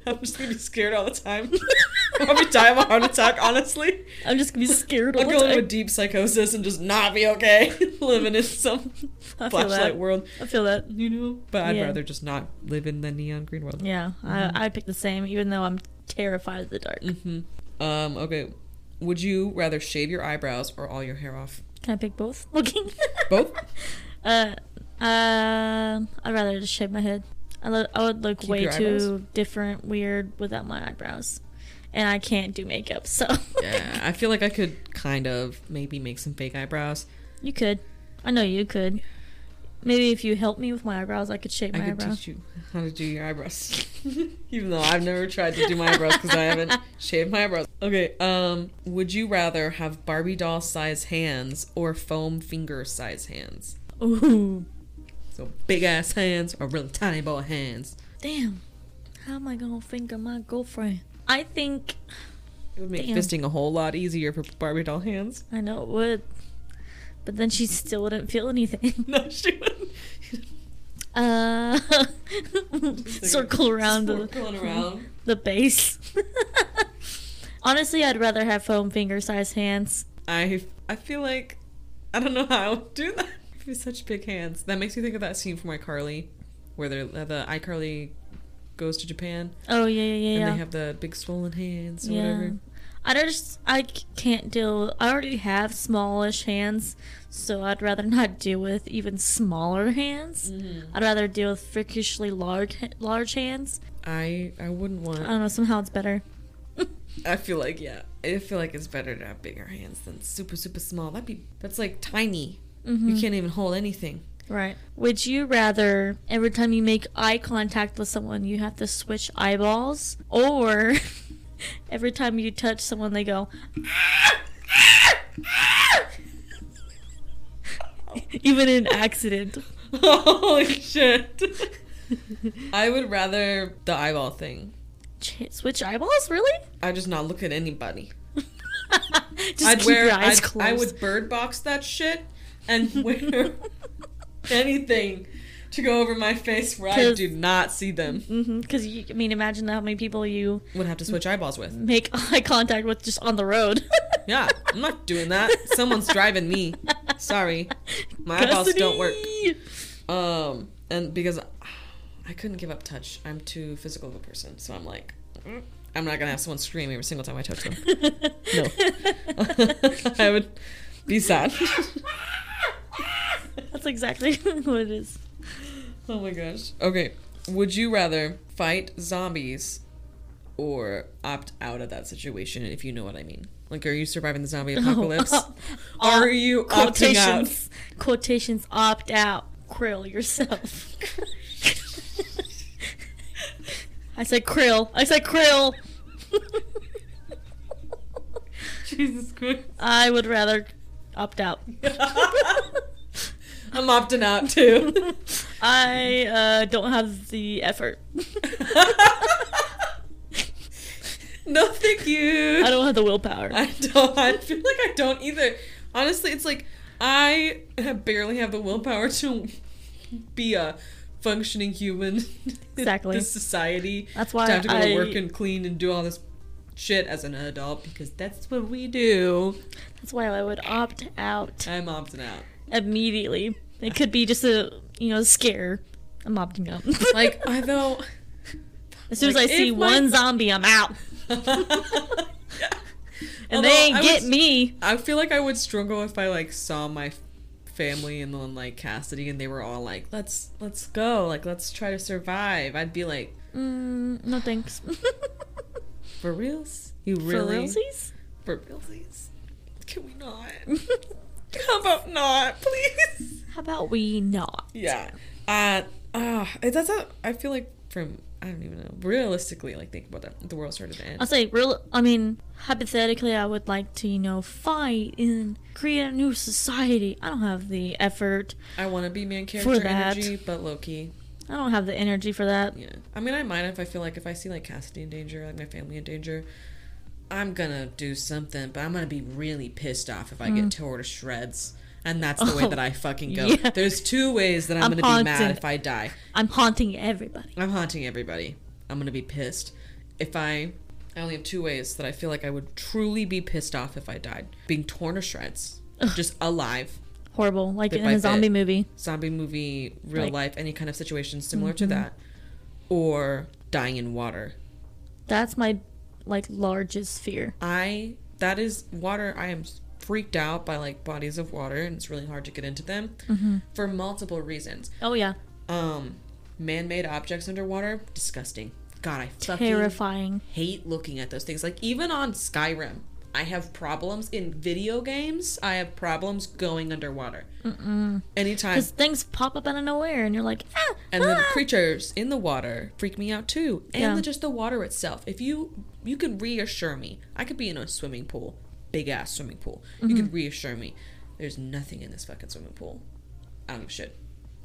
Speaker 1: I'm just gonna be scared all the time. I'll probably die of a heart attack, honestly.
Speaker 2: I'm just gonna be scared all
Speaker 1: I'll
Speaker 2: the
Speaker 1: go into a
Speaker 2: time.
Speaker 1: deep psychosis and just not be okay living in some
Speaker 2: I feel
Speaker 1: flashlight
Speaker 2: that.
Speaker 1: world, Mm-hmm.
Speaker 2: I feel that.
Speaker 1: you know? But I'd
Speaker 2: Yeah.
Speaker 1: rather just not live in the neon green world.
Speaker 2: Yeah, I I pick the same, even though I'm terrified of the dark.
Speaker 1: Um, okay. Would you rather shave your eyebrows or all your hair off?
Speaker 2: Can I pick both? Looking.
Speaker 1: Both?
Speaker 2: uh, um, I'd rather just shave my head. I, lo- I would look
Speaker 1: Keep
Speaker 2: way
Speaker 1: your eyebrows?
Speaker 2: too different, weird without my eyebrows, and I can't do makeup, so
Speaker 1: yeah, I feel like I could kind of maybe make some fake eyebrows.
Speaker 2: you could. I know you could. Maybe if you help me with my eyebrows, I could shape
Speaker 1: I
Speaker 2: my
Speaker 1: could
Speaker 2: eyebrows.
Speaker 1: teach you how to do your eyebrows. Even though I've never tried to do my eyebrows because I haven't shaved my eyebrows. Okay, um, would you rather have Barbie doll size hands or foam finger size hands?
Speaker 2: Ooh,
Speaker 1: So big ass hands or really tiny boy hands.
Speaker 2: damn! How am I gonna finger my girlfriend? I think
Speaker 1: It would make
Speaker 2: Damn.
Speaker 1: fisting a whole lot easier for Barbie doll hands.
Speaker 2: I know it would. But then she still wouldn't feel anything.
Speaker 1: No, she wouldn't.
Speaker 2: Uh, circle around the,
Speaker 1: Circling around.
Speaker 2: the base. Honestly, I'd rather have foam finger sized hands.
Speaker 1: I I feel like I don't know how I would do that. With such big hands. That makes me think of that scene from iCarly, where they're, uh, the iCarly goes to Japan
Speaker 2: Oh yeah, yeah, yeah.
Speaker 1: and
Speaker 2: yeah.
Speaker 1: they have the big swollen hands or
Speaker 2: Yeah.
Speaker 1: whatever.
Speaker 2: I just I c- can't deal. I already have smallish hands, so I'd rather not deal with even smaller hands.
Speaker 1: Mm-hmm.
Speaker 2: I'd rather deal with freakishly large large hands.
Speaker 1: I I wouldn't
Speaker 2: I
Speaker 1: want.
Speaker 2: don't know. Somehow it's better.
Speaker 1: I feel like yeah. I feel like it's better to have bigger hands than super super small. That'd be that's like tiny.
Speaker 2: Mm-hmm.
Speaker 1: You can't even hold anything.
Speaker 2: Right. Would you rather every time you make eye contact with someone, you have to switch eyeballs? Or every time you touch someone, they go, even in accident?
Speaker 1: Holy shit! I would rather the eyeball thing.
Speaker 2: Ch- switch eyeballs? Really?
Speaker 1: I just not look at anybody.
Speaker 2: Just
Speaker 1: I'd
Speaker 2: keep
Speaker 1: wear.
Speaker 2: your eyes
Speaker 1: I'd,
Speaker 2: closed.
Speaker 1: I would bird box that shit and wear anything to go over my face where I
Speaker 2: 'Cause-
Speaker 1: do not see them.
Speaker 2: Because, Mm-hmm, you I mean, imagine how many people you
Speaker 1: Would have to switch eyeballs with.
Speaker 2: make eye contact with just on the road.
Speaker 1: Yeah, I'm not doing that. Someone's driving me. Sorry, my eyeballs don't work.
Speaker 2: Custody!
Speaker 1: Um, and because I couldn't give up touch, I'm too physical of a person. So I'm like, "Mm, I'm not gonna have someone scream every single time I touch them. no, I would be sad.
Speaker 2: That's exactly what it is.
Speaker 1: oh my gosh. Okay, would you rather fight zombies or opt out of that situation? If you know what I mean, like, are you surviving the zombie apocalypse? Are you opting out?
Speaker 2: Uh, quotations quotations opt out krill yourself i said krill i said krill
Speaker 1: Jesus Christ.
Speaker 2: i would rather opt out
Speaker 1: I'm opting out too.
Speaker 2: i uh, don't have the effort
Speaker 1: no, thank you.
Speaker 2: i don't have the willpower
Speaker 1: I don't. I feel like I don't either. Honestly, it's like I barely have the willpower to be a functioning human
Speaker 2: Exactly.
Speaker 1: in this society.
Speaker 2: That's why
Speaker 1: to have to go to
Speaker 2: I-
Speaker 1: work and clean and do all this shit as an adult because that's what we do.
Speaker 2: that's why i would opt out
Speaker 1: I'm opting out.
Speaker 2: immediately it could be just a you know scare i'm opting out
Speaker 1: Like I though.
Speaker 2: as soon
Speaker 1: like,
Speaker 2: as i see
Speaker 1: if my-
Speaker 2: one zombie i'm out and
Speaker 1: Although
Speaker 2: they ain't
Speaker 1: I
Speaker 2: get
Speaker 1: was-
Speaker 2: me
Speaker 1: I feel like I would struggle if I like saw my f- family and then like Cassidy and they were all like, "Let's let's go, like let's try to survive." I'd be like,
Speaker 2: Mm, no thanks.
Speaker 1: "For reals? You
Speaker 2: For
Speaker 1: really
Speaker 2: realsies?
Speaker 1: for realsies? Can we not? How about not, please?"
Speaker 2: How about we not?
Speaker 1: Yeah. Uh, uh that's a, I feel like from I don't even know. Realistically, like think about that, the world started to
Speaker 2: I'll
Speaker 1: end.
Speaker 2: say real. I mean, hypothetically, I would like to, you know, fight and create a new society. I don't have the effort.
Speaker 1: I want to be main character
Speaker 2: that.
Speaker 1: energy, but Loki.
Speaker 2: I don't have the energy for that.
Speaker 1: Yeah. I mean, I might if I feel like if I see like Cassidy in danger, like my family in danger, I'm gonna do something, but I'm gonna be really pissed off if I get tore to shreds. And that's the way
Speaker 2: Mm. Oh,
Speaker 1: that I fucking go.
Speaker 2: yeah.
Speaker 1: There's two ways that I'm,
Speaker 2: I'm
Speaker 1: gonna be mad
Speaker 2: haunted.
Speaker 1: if I die.
Speaker 2: I'm haunting everybody.
Speaker 1: I'm haunting everybody. I'm gonna be pissed. If I, I only have two ways that I feel like I would truly be pissed off if I died: being torn to shreds, just alive,
Speaker 2: Horrible, like
Speaker 1: Bit
Speaker 2: in
Speaker 1: by
Speaker 2: a
Speaker 1: bit.
Speaker 2: zombie movie.
Speaker 1: zombie movie, real
Speaker 2: Like- Mm-hmm.
Speaker 1: life, any kind of situation similar to that, or dying in water.
Speaker 2: That's my like largest fear.
Speaker 1: I that is water. I am freaked out by like bodies of water, and it's really hard to get into them for multiple reasons.
Speaker 2: Oh yeah,
Speaker 1: Um, man-made objects underwater, disgusting. God, I fucking
Speaker 2: terrifying.
Speaker 1: hate looking at those things. Like even on Skyrim, I have problems in video games. I have problems going underwater. Mm-mm. Anytime.
Speaker 2: Because things pop up out of nowhere, and you're like, ah,
Speaker 1: And then
Speaker 2: ah.
Speaker 1: creatures in the water freak me out too. And
Speaker 2: Yeah.
Speaker 1: the, just the water itself. If you you can reassure me, I could be in a swimming pool, big ass swimming pool. You
Speaker 2: Mm-hmm.
Speaker 1: can reassure me, there's nothing in this fucking swimming pool. I don't give a shit.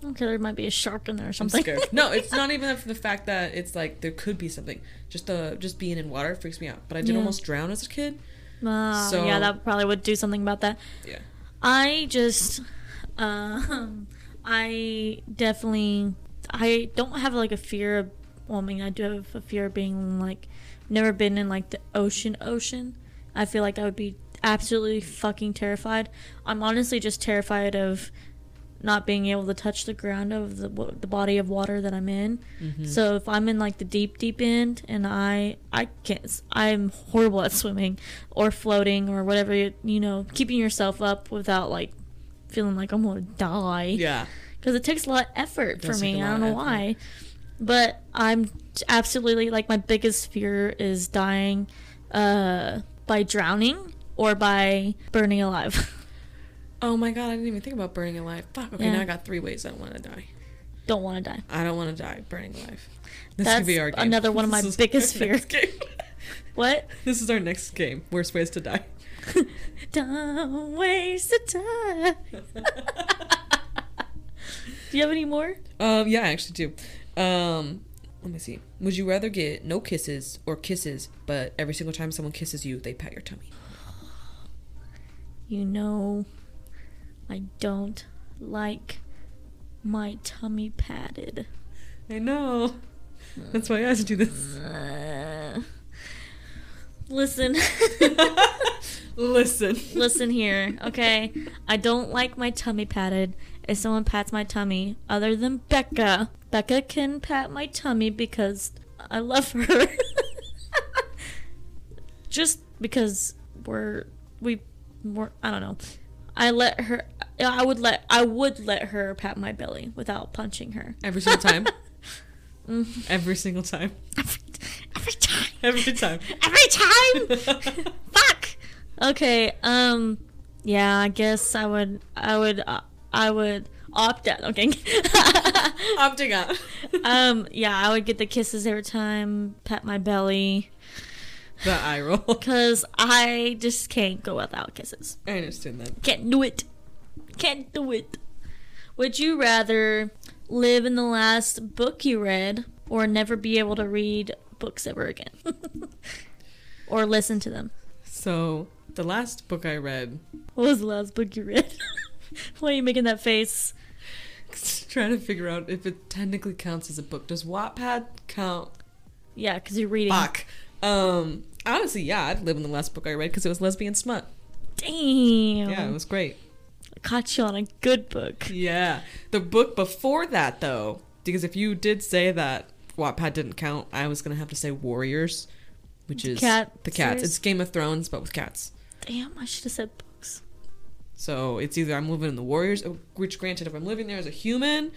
Speaker 2: okay, there might be a shark in there or
Speaker 1: I'm
Speaker 2: something.
Speaker 1: scared. no, it's not e- even for the fact that it's like there could be something. Just the just being in water freaks me out. But I did
Speaker 2: Yeah.
Speaker 1: almost drown as a kid.
Speaker 2: Ah,
Speaker 1: So-
Speaker 2: yeah, that probably would do something about that.
Speaker 1: Yeah.
Speaker 2: I just, um, I definitely, I don't have like a fear of. Well, I mean, I do have a fear of being like, never been in like the ocean, ocean. I feel like I would be absolutely fucking terrified. I'm honestly just terrified of not being able to touch the ground of the, wa- the body of water that I'm in. So if I'm in like the deep deep end and I I can't s- I'm horrible at swimming or floating or whatever you, you know keeping yourself up without like feeling like I'm gonna die.
Speaker 1: Yeah.
Speaker 2: Because it takes a lot of effort for
Speaker 1: does take
Speaker 2: me.
Speaker 1: a
Speaker 2: I don't know
Speaker 1: lot of
Speaker 2: why. But I'm absolutely like my biggest fear is dying uh, by drowning or by burning alive.
Speaker 1: Oh my god, I didn't even think about burning alive. Fuck. Okay,
Speaker 2: Yeah.
Speaker 1: now I got three ways I don't want to die.
Speaker 2: don't want to die.
Speaker 1: I don't want to die burning alive. This
Speaker 2: That's
Speaker 1: could be our game.
Speaker 2: another one of my
Speaker 1: This is
Speaker 2: biggest
Speaker 1: our next game.
Speaker 2: What?
Speaker 1: this is our next game. Worst ways to die.
Speaker 2: Don't waste the time. Do you have any more?
Speaker 1: um, yeah, I actually do. Um, let me see. Would you rather get no kisses or kisses, but every single time someone kisses you, they pat your tummy?
Speaker 2: You know, I don't like my tummy padded.
Speaker 1: I know. That's why I asked you this.
Speaker 2: Uh, listen,
Speaker 1: Listen.
Speaker 2: listen here, okay? I don't like my tummy padded if someone pats my tummy other than Becca. Becca can pat my tummy because I love her. Just because we're we were I don't know. I let her I would let I would let her pat my belly without punching her.
Speaker 1: Every single time. Every single time.
Speaker 2: Every, every time.
Speaker 1: Every time.
Speaker 2: Every time. Fuck. Okay. Um. Yeah. I guess I would. I would. Uh, I would opt out. Okay.
Speaker 1: Opting out.
Speaker 2: um. Yeah. I would get the kisses every time. Pat my belly.
Speaker 1: The eye roll.
Speaker 2: Cause I just can't go without kisses.
Speaker 1: I understand that.
Speaker 2: Can't do it. Can't do it. Would you rather live in the last book you read or never be able to read books ever again? or listen to them?
Speaker 1: So, the last book I read,
Speaker 2: What was the last book you read? Why are you making that face?
Speaker 1: trying to figure out if it technically counts as a book. Does Wattpad count?
Speaker 2: Yeah, because you're reading.
Speaker 1: Fuck. Um, honestly, yeah, I'd live in the last book I read because it was Lesbian Smut.
Speaker 2: Damn.
Speaker 1: Yeah, it was great.
Speaker 2: Caught you on a good book.
Speaker 1: Yeah. The book before that, though, because if you did say that Wattpad didn't count, I was going to have to say Warriors, which is
Speaker 2: cat
Speaker 1: the cats.
Speaker 2: series?
Speaker 1: It's Game of Thrones, but with cats.
Speaker 2: Damn, I should have said books.
Speaker 1: So it's either I'm living in the Warriors, uh, which granted, if I'm living there as a human,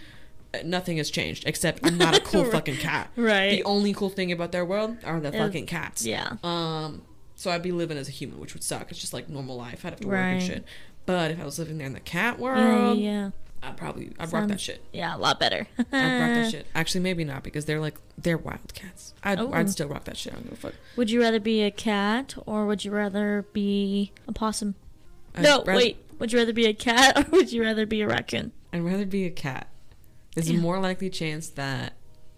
Speaker 1: uh, nothing has changed except I'm not a cool
Speaker 2: Right.
Speaker 1: fucking cat.
Speaker 2: Right.
Speaker 1: The only cool thing about their world are the
Speaker 2: Is-
Speaker 1: fucking cats.
Speaker 2: Yeah.
Speaker 1: Um, so I'd be living as a human, which would suck. It's just like normal life. I'd have to work and
Speaker 2: Right.
Speaker 1: shit. But if I was living there in the cat
Speaker 2: Yeah,
Speaker 1: world,
Speaker 2: yeah.
Speaker 1: I'd probably I'd rock that
Speaker 2: Sounds-
Speaker 1: shit.
Speaker 2: Yeah, a lot better.
Speaker 1: I'd rock that shit. Actually, maybe not because they're like they're wild cats. I'd,
Speaker 2: Oh.
Speaker 1: I'd still rock that shit. I don't give a fuck.
Speaker 2: Would you rather be a cat or would you rather be a possum?
Speaker 1: I'd
Speaker 2: no,
Speaker 1: rather-
Speaker 2: wait. Would you rather be a cat or would you rather be a raccoon?
Speaker 1: I'd rather be a cat. There's a
Speaker 2: Yeah.
Speaker 1: more likely chance that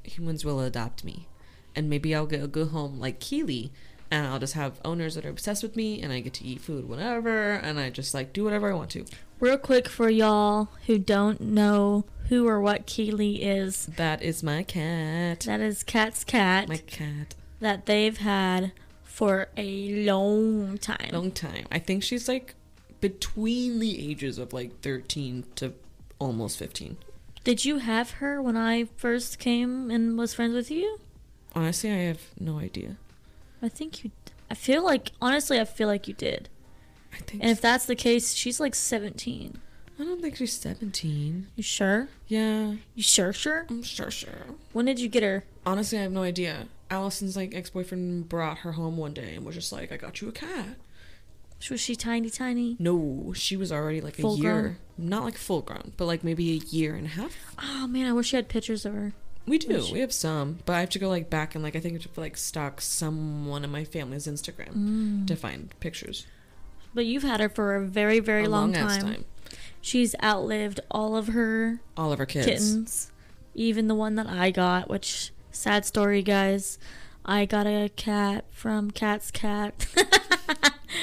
Speaker 1: humans will adopt me, and maybe I'll get a good home like Keely, and I'll just have owners that are obsessed with me, and I get to eat food whenever, and I just like do whatever I want to.
Speaker 2: Real quick for y'all who don't know who or what Keeley is.
Speaker 1: That is my cat.
Speaker 2: That is Cat's cat
Speaker 1: My cat.
Speaker 2: that they've had for a long time.
Speaker 1: Long time. I think she's like between the ages of like 13 to almost 15.
Speaker 2: Did you have her when I first came and was friends with you?
Speaker 1: Honestly, I have no idea.
Speaker 2: I think you. I feel like honestly, I feel like you did.
Speaker 1: I think
Speaker 2: And if that's the case, she's like 17.
Speaker 1: I don't think she's 17.
Speaker 2: You sure?
Speaker 1: Yeah,
Speaker 2: You sure? Sure.
Speaker 1: I'm sure, sure.
Speaker 2: When did you get her?
Speaker 1: Honestly, I have no idea. Allison's like ex boyfriend brought her home one day and was just like, "I got you a cat."
Speaker 2: Was she tiny, tiny?
Speaker 1: No, she was already like
Speaker 2: Full
Speaker 1: a year, not like full grown, but like maybe a year and a half.
Speaker 2: Oh man, I wish I had pictures of her.
Speaker 1: We do,
Speaker 2: Which-
Speaker 1: we have some, but I have to go like back and like I think I have to like stalk someone in my family's Instagram
Speaker 2: Mm.
Speaker 1: to find pictures.
Speaker 2: But you've had her for a very, very
Speaker 1: A
Speaker 2: long,
Speaker 1: long-ass
Speaker 2: time. She's outlived all of her
Speaker 1: All of our kids.
Speaker 2: kittens, even the one that I got. Which sad story, guys. I got a cat from Cat's Cat.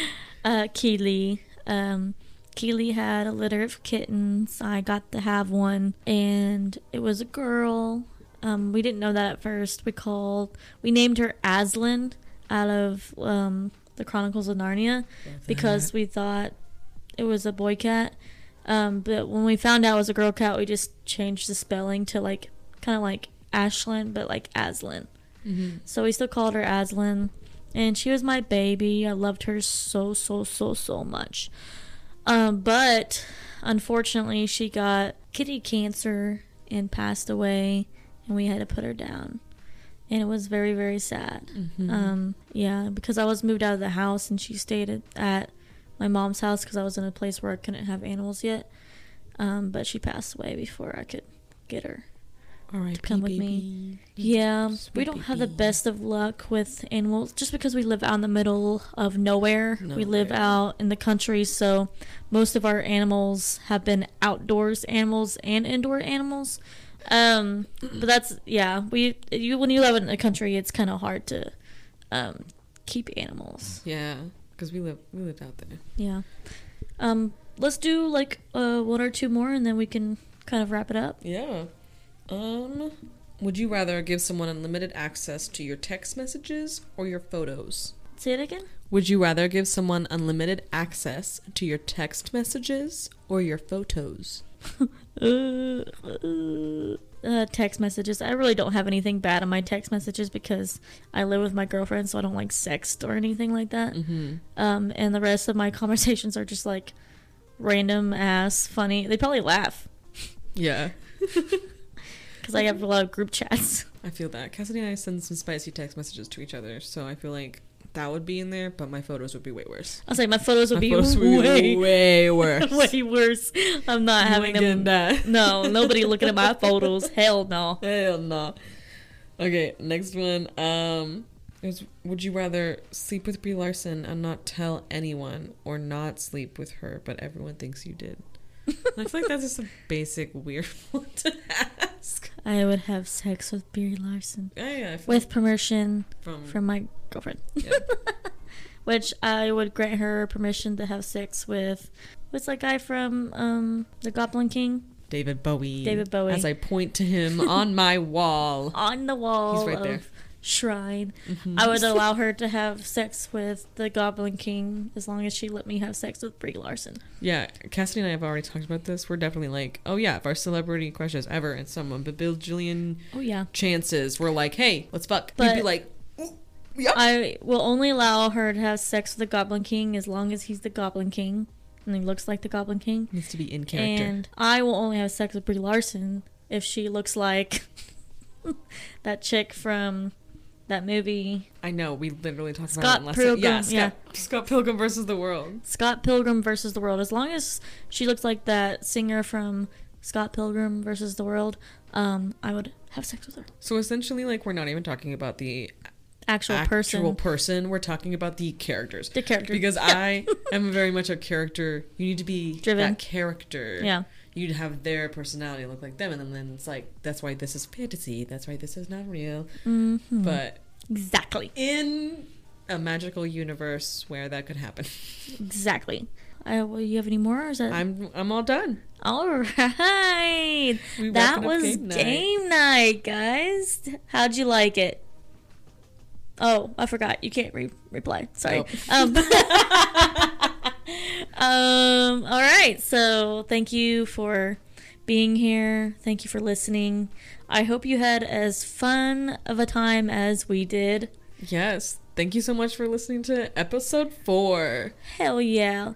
Speaker 2: uh, Keely. Um, Keely had a litter of kittens. I got to have one, and it was a girl. Um, we didn't know that at first. We called, we named her Aslan out of um, the Chronicles of Narnia because we thought it was a boy cat. Um, but when we found out it was a girl cat, we just changed the spelling to like kind of like Ashlyn, but like Aslan.
Speaker 1: Mm-hmm.
Speaker 2: So we still called her Aslan, and she was my baby. I loved her so so so so much. Um, but unfortunately, she got kitty cancer and passed away, and we had to put her down. And it was very, very sad.
Speaker 1: Mm-hmm.
Speaker 2: Um, yeah, because I was moved out of the house and she stayed at- at my mom's house because I was in a place where I couldn't have animals yet. Um, but she passed away before I could get her.
Speaker 1: All right,
Speaker 2: come with me. Yeah, we
Speaker 1: Sweet
Speaker 2: don't have the
Speaker 1: baby.
Speaker 2: best of luck with animals just because we live out in the middle of nowhere. We live
Speaker 1: Nowhere.
Speaker 2: out in the country, so most of our animals have been outdoors animals and indoor animals. Um, but that's yeah, we you when you live in the country, it's kind of hard to um, keep animals.
Speaker 1: Yeah, because we live we lived out there.
Speaker 2: Yeah. Um, let's do like uh, one or two more, and then we can kind of wrap it up.
Speaker 1: Yeah. Um, would you rather give someone unlimited access to your text messages or your photos?
Speaker 2: Say it again.
Speaker 1: Would you rather give someone unlimited access to your text messages or your photos?
Speaker 2: Uh, uh, uh, text messages. I really don't have anything bad on my text messages because I live with my girlfriend, so I don't like sext or anything like that.
Speaker 1: Mm-hmm.
Speaker 2: Um, and the rest of my conversations are just like random ass funny. They probably laugh
Speaker 1: Yeah.
Speaker 2: because I have a lot of group chats.
Speaker 1: I feel that. Cassidy and I send some spicy text messages to each other, so I feel like that would be in there, but my photos would be way worse.
Speaker 2: I was like, my photos would
Speaker 1: My
Speaker 2: be
Speaker 1: photos would
Speaker 2: way,
Speaker 1: be way worse.
Speaker 2: way worse. I'm not
Speaker 1: You
Speaker 2: having
Speaker 1: ain't getting
Speaker 2: them.
Speaker 1: that.
Speaker 2: No, nobody looking at my photos. Hell no.
Speaker 1: Hell no. Okay, next one. Um, is would you rather sleep with Brie Larson and not tell anyone, or not sleep with her but everyone thinks you did? I feel like that's just a basic weird one to ask.
Speaker 2: I would have sex with Beery Larson
Speaker 1: Yeah, yeah. I feel
Speaker 2: with permission
Speaker 1: like from,
Speaker 2: from my girlfriend,
Speaker 1: yeah.
Speaker 2: which I would grant her permission to have sex with. What's that guy from um, The Goblin King?
Speaker 1: David Bowie.
Speaker 2: David Bowie.
Speaker 1: As I point to him on my wall.
Speaker 2: On the wall
Speaker 1: He's right
Speaker 2: of
Speaker 1: there. Mm-hmm.
Speaker 2: shrine. I would allow her to have sex with the Goblin King as long as she let me have sex with Brie Larson.
Speaker 1: Yeah, Cassidy and I have already talked about this. We're definitely like, oh yeah, if our celebrity crushes ever and someone, but bajillion
Speaker 2: Oh yeah.
Speaker 1: chances, we're like, hey, let's fuck. You'd be
Speaker 2: But-
Speaker 1: like, "Ooh, yep.
Speaker 2: I will only allow her to have sex with the Goblin King as long as he's the Goblin King and he looks like the Goblin King.
Speaker 1: needs to be in character.
Speaker 2: And I will only have sex with Brie Larson if she looks like that chick from that movie
Speaker 1: I know we literally talked
Speaker 2: Scott
Speaker 1: about it last
Speaker 2: Pilgrim,
Speaker 1: Yeah, Scott, Scott Pilgrim versus the World.
Speaker 2: Scott Pilgrim versus the World. As long as she looks like that singer from Scott Pilgrim versus the World, um, I would have sex with her.
Speaker 1: So essentially, like, we're not even talking about the
Speaker 2: Actual,
Speaker 1: actual person.
Speaker 2: person.
Speaker 1: We're talking about the characters.
Speaker 2: The character.
Speaker 1: Because
Speaker 2: Yeah.
Speaker 1: I am very much a character. You need to be
Speaker 2: Driven.
Speaker 1: that character.
Speaker 2: Yeah.
Speaker 1: You'd have their personality look like them, and then- then it's like that's why this is fantasy. That's why this is not real.
Speaker 2: Mhm.
Speaker 1: But
Speaker 2: exactly.
Speaker 1: in a magical universe where that could happen,
Speaker 2: Exactly. I, well, you have any more? Or is that
Speaker 1: I'm I'm all done.
Speaker 2: All right.
Speaker 1: We
Speaker 2: that
Speaker 1: wrapping up
Speaker 2: was
Speaker 1: game night.
Speaker 2: game night. guys. How'd you like it? Oh, I forgot. You can't re- reply. Sorry. Um, um, all right. So, thank you for being here. Thank you for listening. I hope you had as fun of a time as we did.
Speaker 1: Yes. Thank you so much for listening to episode four.
Speaker 2: Hell yeah.